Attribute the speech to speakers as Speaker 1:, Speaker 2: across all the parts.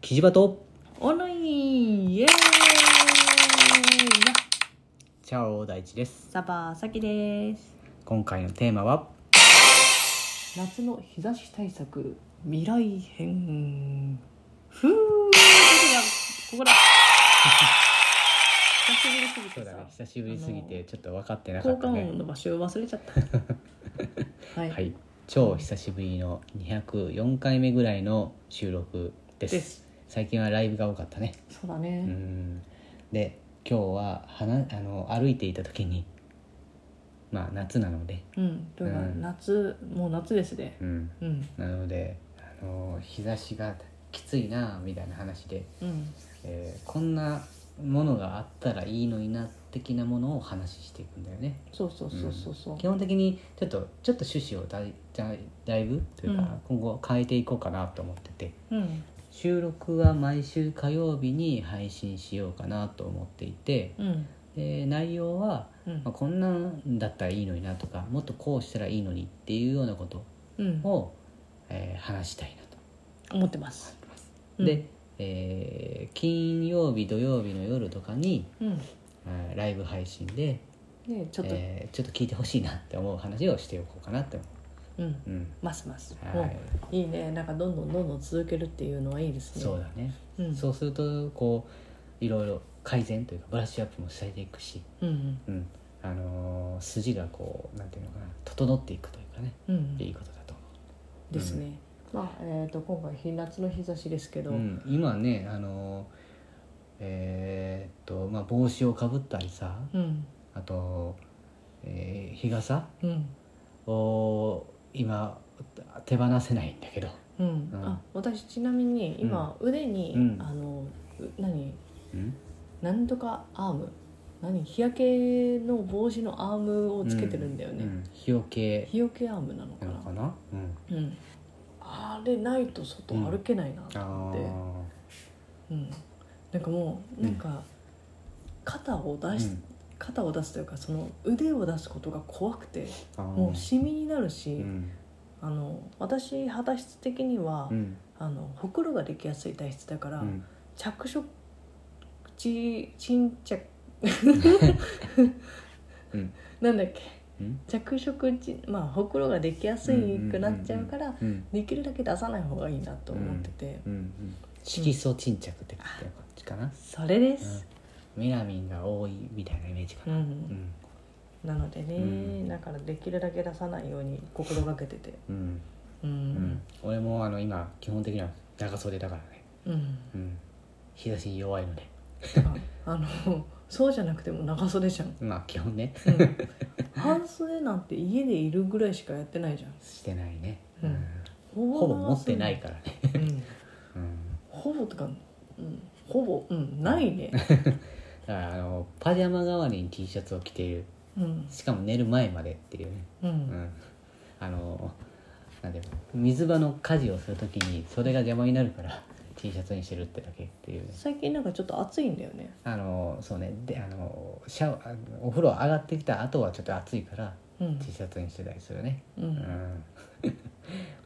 Speaker 1: キジバト
Speaker 2: オンラインイエーイ
Speaker 1: チャオ大地です
Speaker 2: サバーサキです
Speaker 1: 今回のテーマは
Speaker 2: 夏の日差し対策未来編ふうここだ久しぶりす
Speaker 1: そ
Speaker 2: ぎ
Speaker 1: う
Speaker 2: て
Speaker 1: だ
Speaker 2: さ、
Speaker 1: ね久しぶりすぎてちょっと分かってなか
Speaker 2: 効
Speaker 1: っ
Speaker 2: 果
Speaker 1: た
Speaker 2: 音
Speaker 1: ね
Speaker 2: の場所忘れちゃったはい、
Speaker 1: はい超久しぶりの204回目ぐらいの収録です
Speaker 2: です
Speaker 1: 最近はライブが多かったね
Speaker 2: そうだ
Speaker 1: う
Speaker 2: ね、
Speaker 1: んで今日ははなあの歩いていた時にまあ夏なので
Speaker 2: うんというか、
Speaker 1: うん
Speaker 2: 夏もう夏ですね
Speaker 1: うん
Speaker 2: うん
Speaker 1: なのであの日差しがきついなみたいな話で
Speaker 2: うん
Speaker 1: えーこんなものがあったらいいのにな的なものを話していくんだよね
Speaker 2: そうそうそうそうそう、
Speaker 1: 基本的にちょっとちょっと趣旨をだいだいだいぶというか、
Speaker 2: うん
Speaker 1: 今後変えていこうかなと思ってて
Speaker 2: うん
Speaker 1: 収録は毎週火曜日に配信しようかなと思っていて
Speaker 2: うん
Speaker 1: で内容は、
Speaker 2: うん
Speaker 1: まあ、こんなんだったらいいのになとかもっとこうしたらいいのにっていうようなこと
Speaker 2: うん
Speaker 1: を、えー話したいなと
Speaker 2: 思ってます
Speaker 1: で、えー金曜日土曜日の夜とかに
Speaker 2: うん
Speaker 1: はいライブ配信で
Speaker 2: でちょっと、
Speaker 1: えーちょっと聞いてほしいなって思う話をしておこうかなって思
Speaker 2: うん
Speaker 1: う、うん
Speaker 2: ますます、
Speaker 1: はい
Speaker 2: もういいねなんかどんどんどんどん続けるっていうのはいいですね
Speaker 1: そうだね、
Speaker 2: うん
Speaker 1: そうするとこういろいろ改善というかブラッシュアップもされていくし、
Speaker 2: うん
Speaker 1: うんあのー筋がこうなんていうのかな整っていくというかね、
Speaker 2: うんうん
Speaker 1: いいことだと
Speaker 2: ですね、まあえー、と今回日夏の日差しですけど、
Speaker 1: 思う、うん今ねあのーえーっとまあ帽子をかぶったりさ
Speaker 2: うん
Speaker 1: あと、えー日傘
Speaker 2: うん
Speaker 1: を今手放せないんだけど、
Speaker 2: うん
Speaker 1: うん
Speaker 2: あ私ちなみに今、腕に、
Speaker 1: うん
Speaker 2: あのう何
Speaker 1: うん
Speaker 2: なんとかアーム何日焼けの帽子のアームをつけてるんだよね、
Speaker 1: うん日よけ
Speaker 2: 日よけアームなのか
Speaker 1: な
Speaker 2: な
Speaker 1: のかな、うん、
Speaker 2: うん、あれないと外歩けないなと思っ
Speaker 1: あ
Speaker 2: て、うん、なんかもうなんか肩を
Speaker 1: あ
Speaker 2: 出し、肩を出すというかその腕を出すことが怖くても
Speaker 1: も
Speaker 2: うシミになるし、
Speaker 1: うん
Speaker 2: あの私肌質的には、
Speaker 1: うん
Speaker 2: あのほくろができやすい体質だから、
Speaker 1: うん
Speaker 2: 着色ちちんちゃ
Speaker 1: うん
Speaker 2: なんだっけ
Speaker 1: うん
Speaker 2: 着色ちまあほくろができやすくなっちゃうから、
Speaker 1: うん
Speaker 2: できるだけ出さない方がいいなと思ってて、
Speaker 1: うんうん色素沈着って感じかな、
Speaker 2: それで
Speaker 1: うん
Speaker 2: す、
Speaker 1: メラミンが多いみたいなイメージか
Speaker 2: う
Speaker 1: な、
Speaker 2: ん
Speaker 1: うん
Speaker 2: なのでね、
Speaker 1: うん
Speaker 2: だからできるだけ出さないように心がけてて
Speaker 1: うん
Speaker 2: う
Speaker 1: うん
Speaker 2: ん
Speaker 1: 俺もあの今基本的には長袖だからね、う
Speaker 2: うん、
Speaker 1: ん、日差しに弱いので
Speaker 2: だからあのそうじゃなくても長袖じゃん、
Speaker 1: まあ基本ね
Speaker 2: うん、半袖なんて家でいるぐらいしかやってないじゃん
Speaker 1: してないね、
Speaker 2: うんほ
Speaker 1: ほぼ
Speaker 2: 長
Speaker 1: 持って
Speaker 2: 袖
Speaker 1: ないからね、
Speaker 2: うん
Speaker 1: うん、
Speaker 2: ほぼとか、うん、ほぼうんないね、
Speaker 1: だからあのパジャマ代わりに T シャツを着ている
Speaker 2: うん
Speaker 1: しかも寝る前までっていうね、
Speaker 2: う
Speaker 1: うんん、あのなんで水場の家事をするときにそれが邪魔になるから T シャツにしてるってだけっていう
Speaker 2: 最近なんかちょっと暑いんだよね
Speaker 1: あのそうねであのシャワーあのお風呂上がってきた後はちょっと暑いから
Speaker 2: うん
Speaker 1: T シャツにしてたりするね、
Speaker 2: う
Speaker 1: うんん、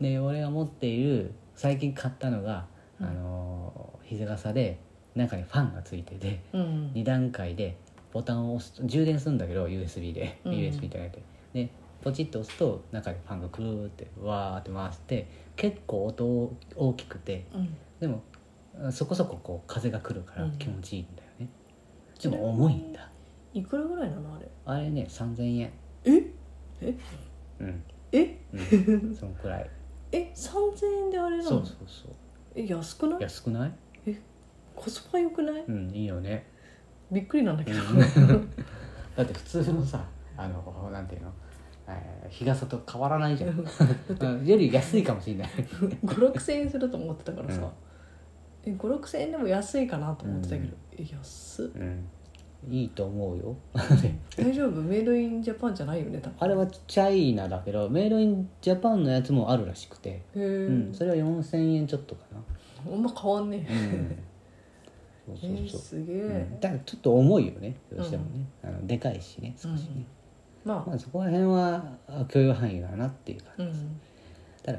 Speaker 1: で俺が持っている最近買ったのがあ
Speaker 2: うん
Speaker 1: の膝傘で中にファンがついてて
Speaker 2: うん
Speaker 1: 2段階でボタンを押すと充電するんだけど USB で、
Speaker 2: うん
Speaker 1: USB じゃなくてでポチッと押すと中でファンがくるーってわーって回して結構音大きくて
Speaker 2: うん
Speaker 1: でもあそこそここう風が来るから
Speaker 2: うん
Speaker 1: 気持ちいいんだよね、でも重いんだ
Speaker 2: いくらぐらいなのあれ
Speaker 1: あれね3000円
Speaker 2: ええ
Speaker 1: うん
Speaker 2: え
Speaker 1: うんそのくらい
Speaker 2: え3000円であれなの
Speaker 1: そうそうそう
Speaker 2: え安くない
Speaker 1: 安くない
Speaker 2: コスパ良くない
Speaker 1: うんいいよね
Speaker 2: びっくりなんだけど
Speaker 1: だって普通のさあのなんていうのえー日傘と変わらないじゃんうんより安いかもしれない
Speaker 2: 56000円すると思ってたからさ、え56000円でも安いかなと思ってたけど、え安っ
Speaker 1: うんいいと思うよ
Speaker 2: 大丈夫メイドインジャパンじゃないよね多分
Speaker 1: あれはチャイナだけどメイドインジャパンのやつもあるらしくて、
Speaker 2: へえ、
Speaker 1: うん、それは4000円ちょっとかな、
Speaker 2: あんま変わんね
Speaker 1: う
Speaker 2: え、
Speaker 1: ん、そう
Speaker 2: え
Speaker 1: そうそう、
Speaker 2: すげえ、
Speaker 1: うん、だからちょっと重いよねどうしてもね、あのでかいしね少しね、
Speaker 2: まあ
Speaker 1: まあそこら辺はあ許容範囲だなっていう感じ、
Speaker 2: うん
Speaker 1: ただ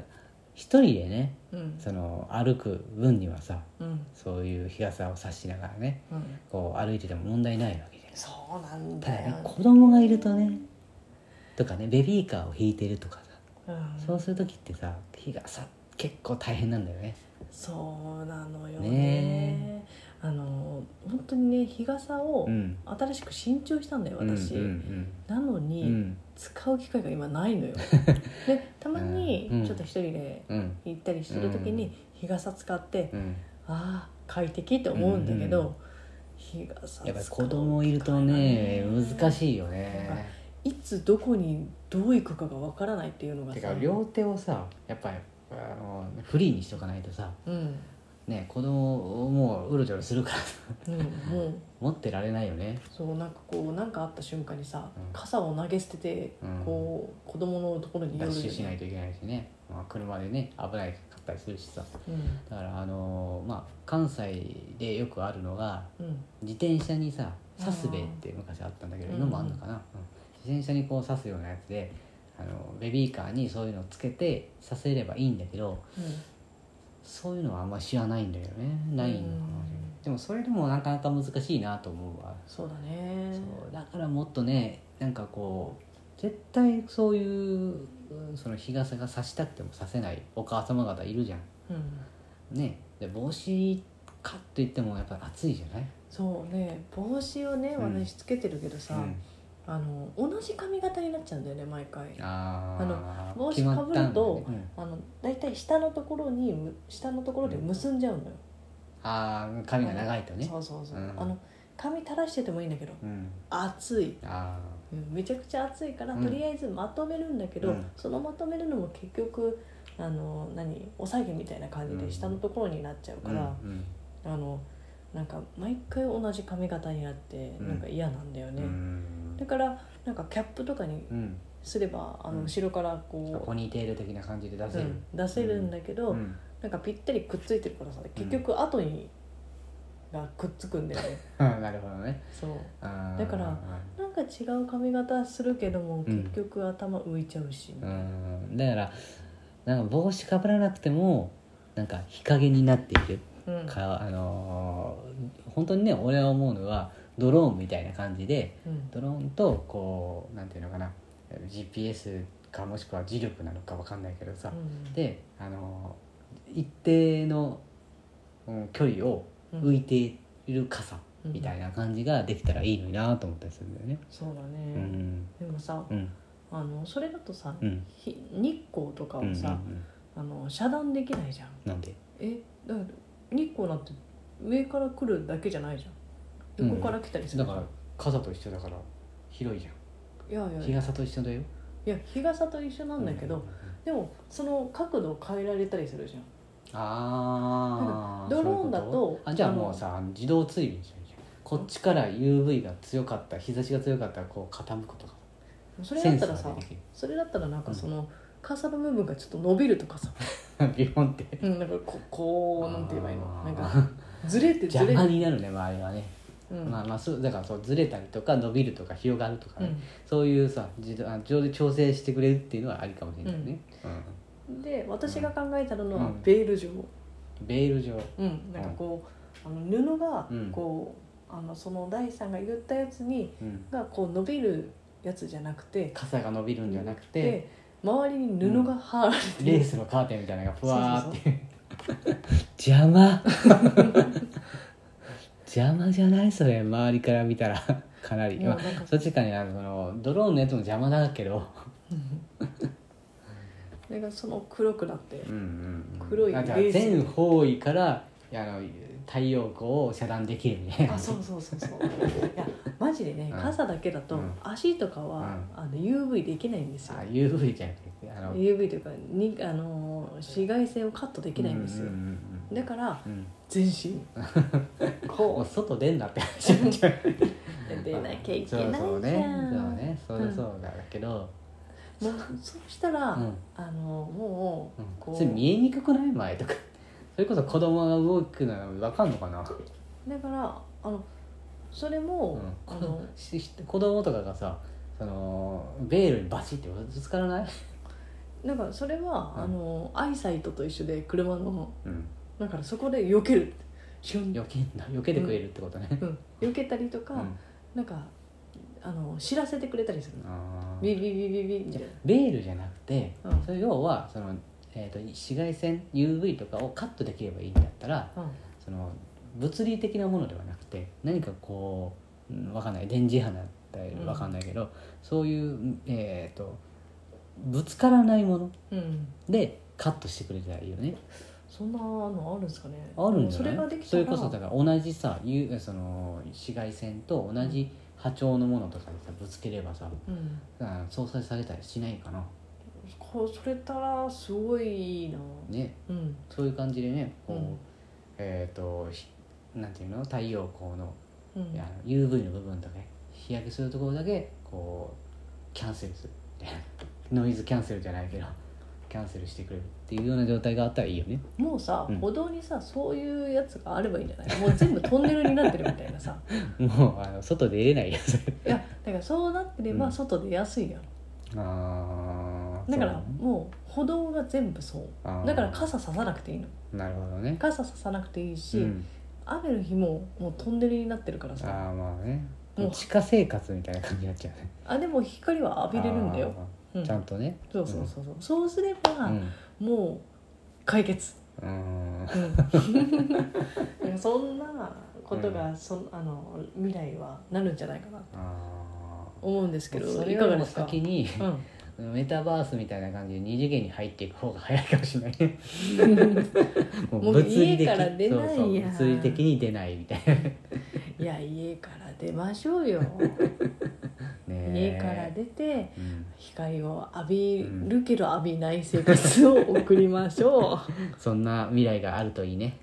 Speaker 1: 一人でね
Speaker 2: うん
Speaker 1: その歩く分にはさ
Speaker 2: うん
Speaker 1: そういう日傘を差しながらね
Speaker 2: うん
Speaker 1: こう歩いてても問題ないわけじゃない
Speaker 2: そうなん
Speaker 1: ただ
Speaker 2: だよ
Speaker 1: ね子供がいるとねとかねベビーカーを引いてるとかさ
Speaker 2: うん
Speaker 1: そうする時ってさ日傘結構大変なんだよね
Speaker 2: そうなのよね
Speaker 1: ね
Speaker 2: あの本当にね日傘を
Speaker 1: うん
Speaker 2: 新しく新調したんだよ私、
Speaker 1: うん
Speaker 2: な
Speaker 1: う
Speaker 2: の
Speaker 1: んう
Speaker 2: に、
Speaker 1: ん
Speaker 2: 使う機会が今ない のよでたまに
Speaker 1: うん
Speaker 2: ちょっと一人で
Speaker 1: うんうん
Speaker 2: 行ったりしてる時
Speaker 1: うん
Speaker 2: に日傘使って、
Speaker 1: うん
Speaker 2: ああ快適って思うんだけど、
Speaker 1: うんう
Speaker 2: 日傘
Speaker 1: やっぱり子供いるとね難しいよね
Speaker 2: いいつどこにどう行くかがわからないっていうのが
Speaker 1: て
Speaker 2: さ
Speaker 1: か両手をさやっぱりあのフリーにしとかないとさ
Speaker 2: うん、
Speaker 1: ね子供をもううろちょろするから
Speaker 2: うん、もう
Speaker 1: 持ってられないよね
Speaker 2: そうなんかこうなんかあった瞬間にさ、
Speaker 1: うん
Speaker 2: 傘を投げ捨てて、
Speaker 1: うん
Speaker 2: こう子供のところに寄
Speaker 1: ダ
Speaker 2: る
Speaker 1: ッ
Speaker 2: よ
Speaker 1: シ
Speaker 2: ね
Speaker 1: ュしないといけないしね、まあ、車でね危ないかったりするしさ
Speaker 2: うん
Speaker 1: だからあのまあ関西でよくあるのが
Speaker 2: うん
Speaker 1: 自転車にさサスベって昔あったんだけど
Speaker 2: うん
Speaker 1: 今もあんのかな、うん自転車にこう刺すようなやつであのベビーカーにそういうのをつけてさせればいいんだけどそういうのはあんま知らないんだよねないのかな
Speaker 2: うん
Speaker 1: でもそれでもなかなか難しいなと思うわ
Speaker 2: そうだね
Speaker 1: そうだからもっとねなんかこう絶対そういううんその日傘が差したくても差せないお母様方いるじゃん
Speaker 2: うん
Speaker 1: ねで帽子かって言ってもやっぱり暑いじゃない
Speaker 2: そうね帽子をね
Speaker 1: うん
Speaker 2: 私つけてるけどさ、
Speaker 1: うん
Speaker 2: あの同じ髪型になっちゃうんだよね毎回
Speaker 1: あー
Speaker 2: あの帽子
Speaker 1: 決まったんだね
Speaker 2: かぶると
Speaker 1: うん
Speaker 2: あの大体下のところにむ下のところで結んじゃうのよ、
Speaker 1: ああ髪が長いとね
Speaker 2: そうそうそう、
Speaker 1: うん
Speaker 2: あの髪垂らしててもいいんだけど
Speaker 1: うん
Speaker 2: 暑い
Speaker 1: あ
Speaker 2: うんめちゃくちゃ暑いから、
Speaker 1: うん
Speaker 2: とりあえずまとめるんだけど、
Speaker 1: うん
Speaker 2: そのまとめるのも結局あの何お下げみたいな感じ
Speaker 1: うん
Speaker 2: で下のところになっちゃう
Speaker 1: あ
Speaker 2: から、
Speaker 1: うん
Speaker 2: あのなんか毎回同じ髪型になって
Speaker 1: うん
Speaker 2: なんか嫌なんだよ
Speaker 1: う
Speaker 2: ね、
Speaker 1: ん
Speaker 2: だからなんかキャップとかに
Speaker 1: うん
Speaker 2: すればあ
Speaker 1: う
Speaker 2: の
Speaker 1: ん
Speaker 2: 後ろから
Speaker 1: うん
Speaker 2: こ
Speaker 1: ポニーテール的な感じで出
Speaker 2: う、
Speaker 1: せ
Speaker 2: う
Speaker 1: る
Speaker 2: ん、出せるんだけど、
Speaker 1: うん
Speaker 2: なんかぴったりくっついてるからさ結局後にがくっつくんだよ ね、
Speaker 1: なるほどね
Speaker 2: そう
Speaker 1: あー
Speaker 2: だからなんか違う髪型するけども
Speaker 1: うん
Speaker 2: 結局頭浮いちゃうし、
Speaker 1: うんだからなんか帽子かぶらなくてもなんか日陰になっている
Speaker 2: うん
Speaker 1: かあのー本当にね俺は思うのはドローンみたいな感じで
Speaker 2: うん
Speaker 1: ドローンとこうなんていうのかな GPS かもしくは磁力なのかわかんないけどさ、
Speaker 2: うん
Speaker 1: であの一定の、うん距離を
Speaker 2: うん
Speaker 1: 浮いている傘みた
Speaker 2: う
Speaker 1: い
Speaker 2: ん
Speaker 1: な感じができたらいいのになと思ったりするんだよね。
Speaker 2: そうだ
Speaker 1: う
Speaker 2: ね、
Speaker 1: ん
Speaker 2: でもさ
Speaker 1: うん
Speaker 2: あのそれだとさ、
Speaker 1: うん
Speaker 2: ひ日光とか
Speaker 1: うんう
Speaker 2: をさ、
Speaker 1: ん
Speaker 2: あの遮断できないじゃん
Speaker 1: なんで
Speaker 2: えだから日光なんて上から来るだけじゃないじゃん横から来たりす
Speaker 1: だ
Speaker 2: るじゃ
Speaker 1: か
Speaker 2: ん
Speaker 1: ら傘と一緒だから広いじゃ
Speaker 2: いやいや
Speaker 1: ん日傘と一緒だよ。
Speaker 2: いや日傘と一緒なんだけど、
Speaker 1: う
Speaker 2: でもその角度を変えられたりするじゃん
Speaker 1: ああ
Speaker 2: ドローンだと
Speaker 1: あじゃあもうさあの自動追尾にしちゃうじゃんこっちから UV が強かった日差しが強かったらこう傾くとか
Speaker 2: それだった
Speaker 1: セン
Speaker 2: ら
Speaker 1: サ
Speaker 2: さ
Speaker 1: ーでできる
Speaker 2: それだったらなんかその、傘の部分がちょっと伸びるとかさ、
Speaker 1: ビヨンって
Speaker 2: うん、なんかここうなんて言えばいいの
Speaker 1: あ
Speaker 2: なん
Speaker 1: ー
Speaker 2: か ずれてずれ
Speaker 1: 邪
Speaker 2: て、
Speaker 1: 魔になるね周りはね、
Speaker 2: うん
Speaker 1: まあまあそうだからそうずれたりとか伸びるとか広がるとか
Speaker 2: う
Speaker 1: ね、
Speaker 2: ん
Speaker 1: そういうさ自動あ自動で調整してくれるっていうのはありかもしれないね、うん
Speaker 2: で私が考えたのは、
Speaker 1: うん
Speaker 2: ベール状、
Speaker 1: ベール状
Speaker 2: うん、なんかこう、あの布が
Speaker 1: うん
Speaker 2: こう、あのその大さんが言ったやつに
Speaker 1: うん
Speaker 2: がこう伸びるやつじゃなくて
Speaker 1: 傘が伸びるんじゃなくて
Speaker 2: で周りに布が貼られて
Speaker 1: レー
Speaker 2: る、
Speaker 1: スのカーテンみたいなのがふわーっていう邪魔 邪魔じゃないそれ周りから見たらかなり、
Speaker 2: もうな
Speaker 1: ま
Speaker 2: ん
Speaker 1: あ、
Speaker 2: か
Speaker 1: そっちかにあのそのドローンのやつも邪魔だけど
Speaker 2: それがその黒くなって
Speaker 1: うんうんうん
Speaker 2: 黒い
Speaker 1: あじゃあ
Speaker 2: ベース
Speaker 1: 全方位からあの太陽光を遮断できるみたいな
Speaker 2: あそうそうそうそういやマジでね
Speaker 1: うん
Speaker 2: 傘だけだ
Speaker 1: う
Speaker 2: と
Speaker 1: ん
Speaker 2: 足とかは、あの UV できないんですよ
Speaker 1: あ UV じゃなくてあの
Speaker 2: UV というかにあのー紫外線をカットできないんです
Speaker 1: う
Speaker 2: よ、
Speaker 1: うん
Speaker 2: だから
Speaker 1: うんうん
Speaker 2: 全身
Speaker 1: こう外出んなって話になっちゃう
Speaker 2: 出なきゃいけないじゃん
Speaker 1: そうそうねそうねそううんそうだけど、
Speaker 2: もうそうしたら、
Speaker 1: うん
Speaker 2: あのもう
Speaker 1: うん
Speaker 2: こ
Speaker 1: それ
Speaker 2: う
Speaker 1: 見えにくくない前とかそれこそ子供が動くの分かんのかな、
Speaker 2: だからあのそれ
Speaker 1: うん
Speaker 2: も、あの
Speaker 1: しし子供とかがさそのベールにバチってぶつからない
Speaker 2: なんかそれは、
Speaker 1: うん
Speaker 2: あのアイサイトと一緒で車の
Speaker 1: うん
Speaker 2: だからそこで避けるシュン
Speaker 1: 避けんだ避けてくれるってことね、
Speaker 2: うん、避けたりと
Speaker 1: う
Speaker 2: か、
Speaker 1: ん
Speaker 2: なんかあの知らせてくれたりするの
Speaker 1: あー
Speaker 2: ビビビビビみたい
Speaker 1: ベールじゃなくて
Speaker 2: なうん
Speaker 1: それ要はその、えー、と紫外線 UV とかをカットできればいいんだったら
Speaker 2: うん
Speaker 1: その物理的なものではなくて何かこう、うん、わかんない電磁波だったり
Speaker 2: うん
Speaker 1: わかんないけど、そういう、えー、とぶつからないもの
Speaker 2: うん
Speaker 1: でカットしてくれたらいいよね
Speaker 2: そんなのあるんですかね
Speaker 1: あるんじゃない
Speaker 2: それができたら
Speaker 1: それこそだから同じさゆその紫外線と同じ波長のものとかにさぶつければさ
Speaker 2: うん、
Speaker 1: あ相殺されたりしないかな
Speaker 2: こうそれたらすごいいいな、
Speaker 1: ね
Speaker 2: うん
Speaker 1: そういう感じでねこう、
Speaker 2: うん
Speaker 1: えっ、とひなんていうの太陽光の
Speaker 2: うん、
Speaker 1: あの UV の部分だけ日焼けするところだけこうキャンセルする ノイズキャンセルじゃないけどキャンセルしてくれるっていうような状態があったらいいよね
Speaker 2: もうさ、
Speaker 1: うん
Speaker 2: 歩道にさそういうやつがあればいいんじゃないもう全部トンネルになってるみたい なさ
Speaker 1: もうあの外出れないやつ
Speaker 2: いやだからそうなってれ
Speaker 1: う
Speaker 2: ば
Speaker 1: ん
Speaker 2: 外出やすいやん、
Speaker 1: あー
Speaker 2: だから
Speaker 1: そう
Speaker 2: もう歩道が全部そう
Speaker 1: あー
Speaker 2: だから傘ささなくていいの
Speaker 1: なるほどね
Speaker 2: 傘ささなくていいし、
Speaker 1: うん、
Speaker 2: 雨の日ももうトンネルになってるから
Speaker 1: あ
Speaker 2: さ
Speaker 1: あまあね
Speaker 2: もう
Speaker 1: 地下生活みたいな感じになっちゃうね
Speaker 2: あでも光は浴びれるんだよ、
Speaker 1: あ
Speaker 2: う
Speaker 1: ー
Speaker 2: ん、
Speaker 1: ちゃんとね
Speaker 2: そうそうそうそうそうすれば、
Speaker 1: うん
Speaker 2: もう解決、
Speaker 1: うん
Speaker 2: うん なんかそんなことがそんあの未来はなるんじゃないかなと
Speaker 1: あ
Speaker 2: 思うんですけ
Speaker 1: ー
Speaker 2: ど
Speaker 1: それ
Speaker 2: い
Speaker 1: よ
Speaker 2: か
Speaker 1: り
Speaker 2: がで
Speaker 1: も
Speaker 2: すか、
Speaker 1: 先に
Speaker 2: うん、
Speaker 1: メタバースみたいな感じで二次元に入っていく方が早いかもしれないね も
Speaker 2: もう家から出ないやん
Speaker 1: そうそう物理的に出ないみたいなね
Speaker 2: いや家から出ましょう よ家から出て
Speaker 1: うん
Speaker 2: 光を浴びるけど浴びない生活を送りましょう。
Speaker 1: そんな未来があるといいね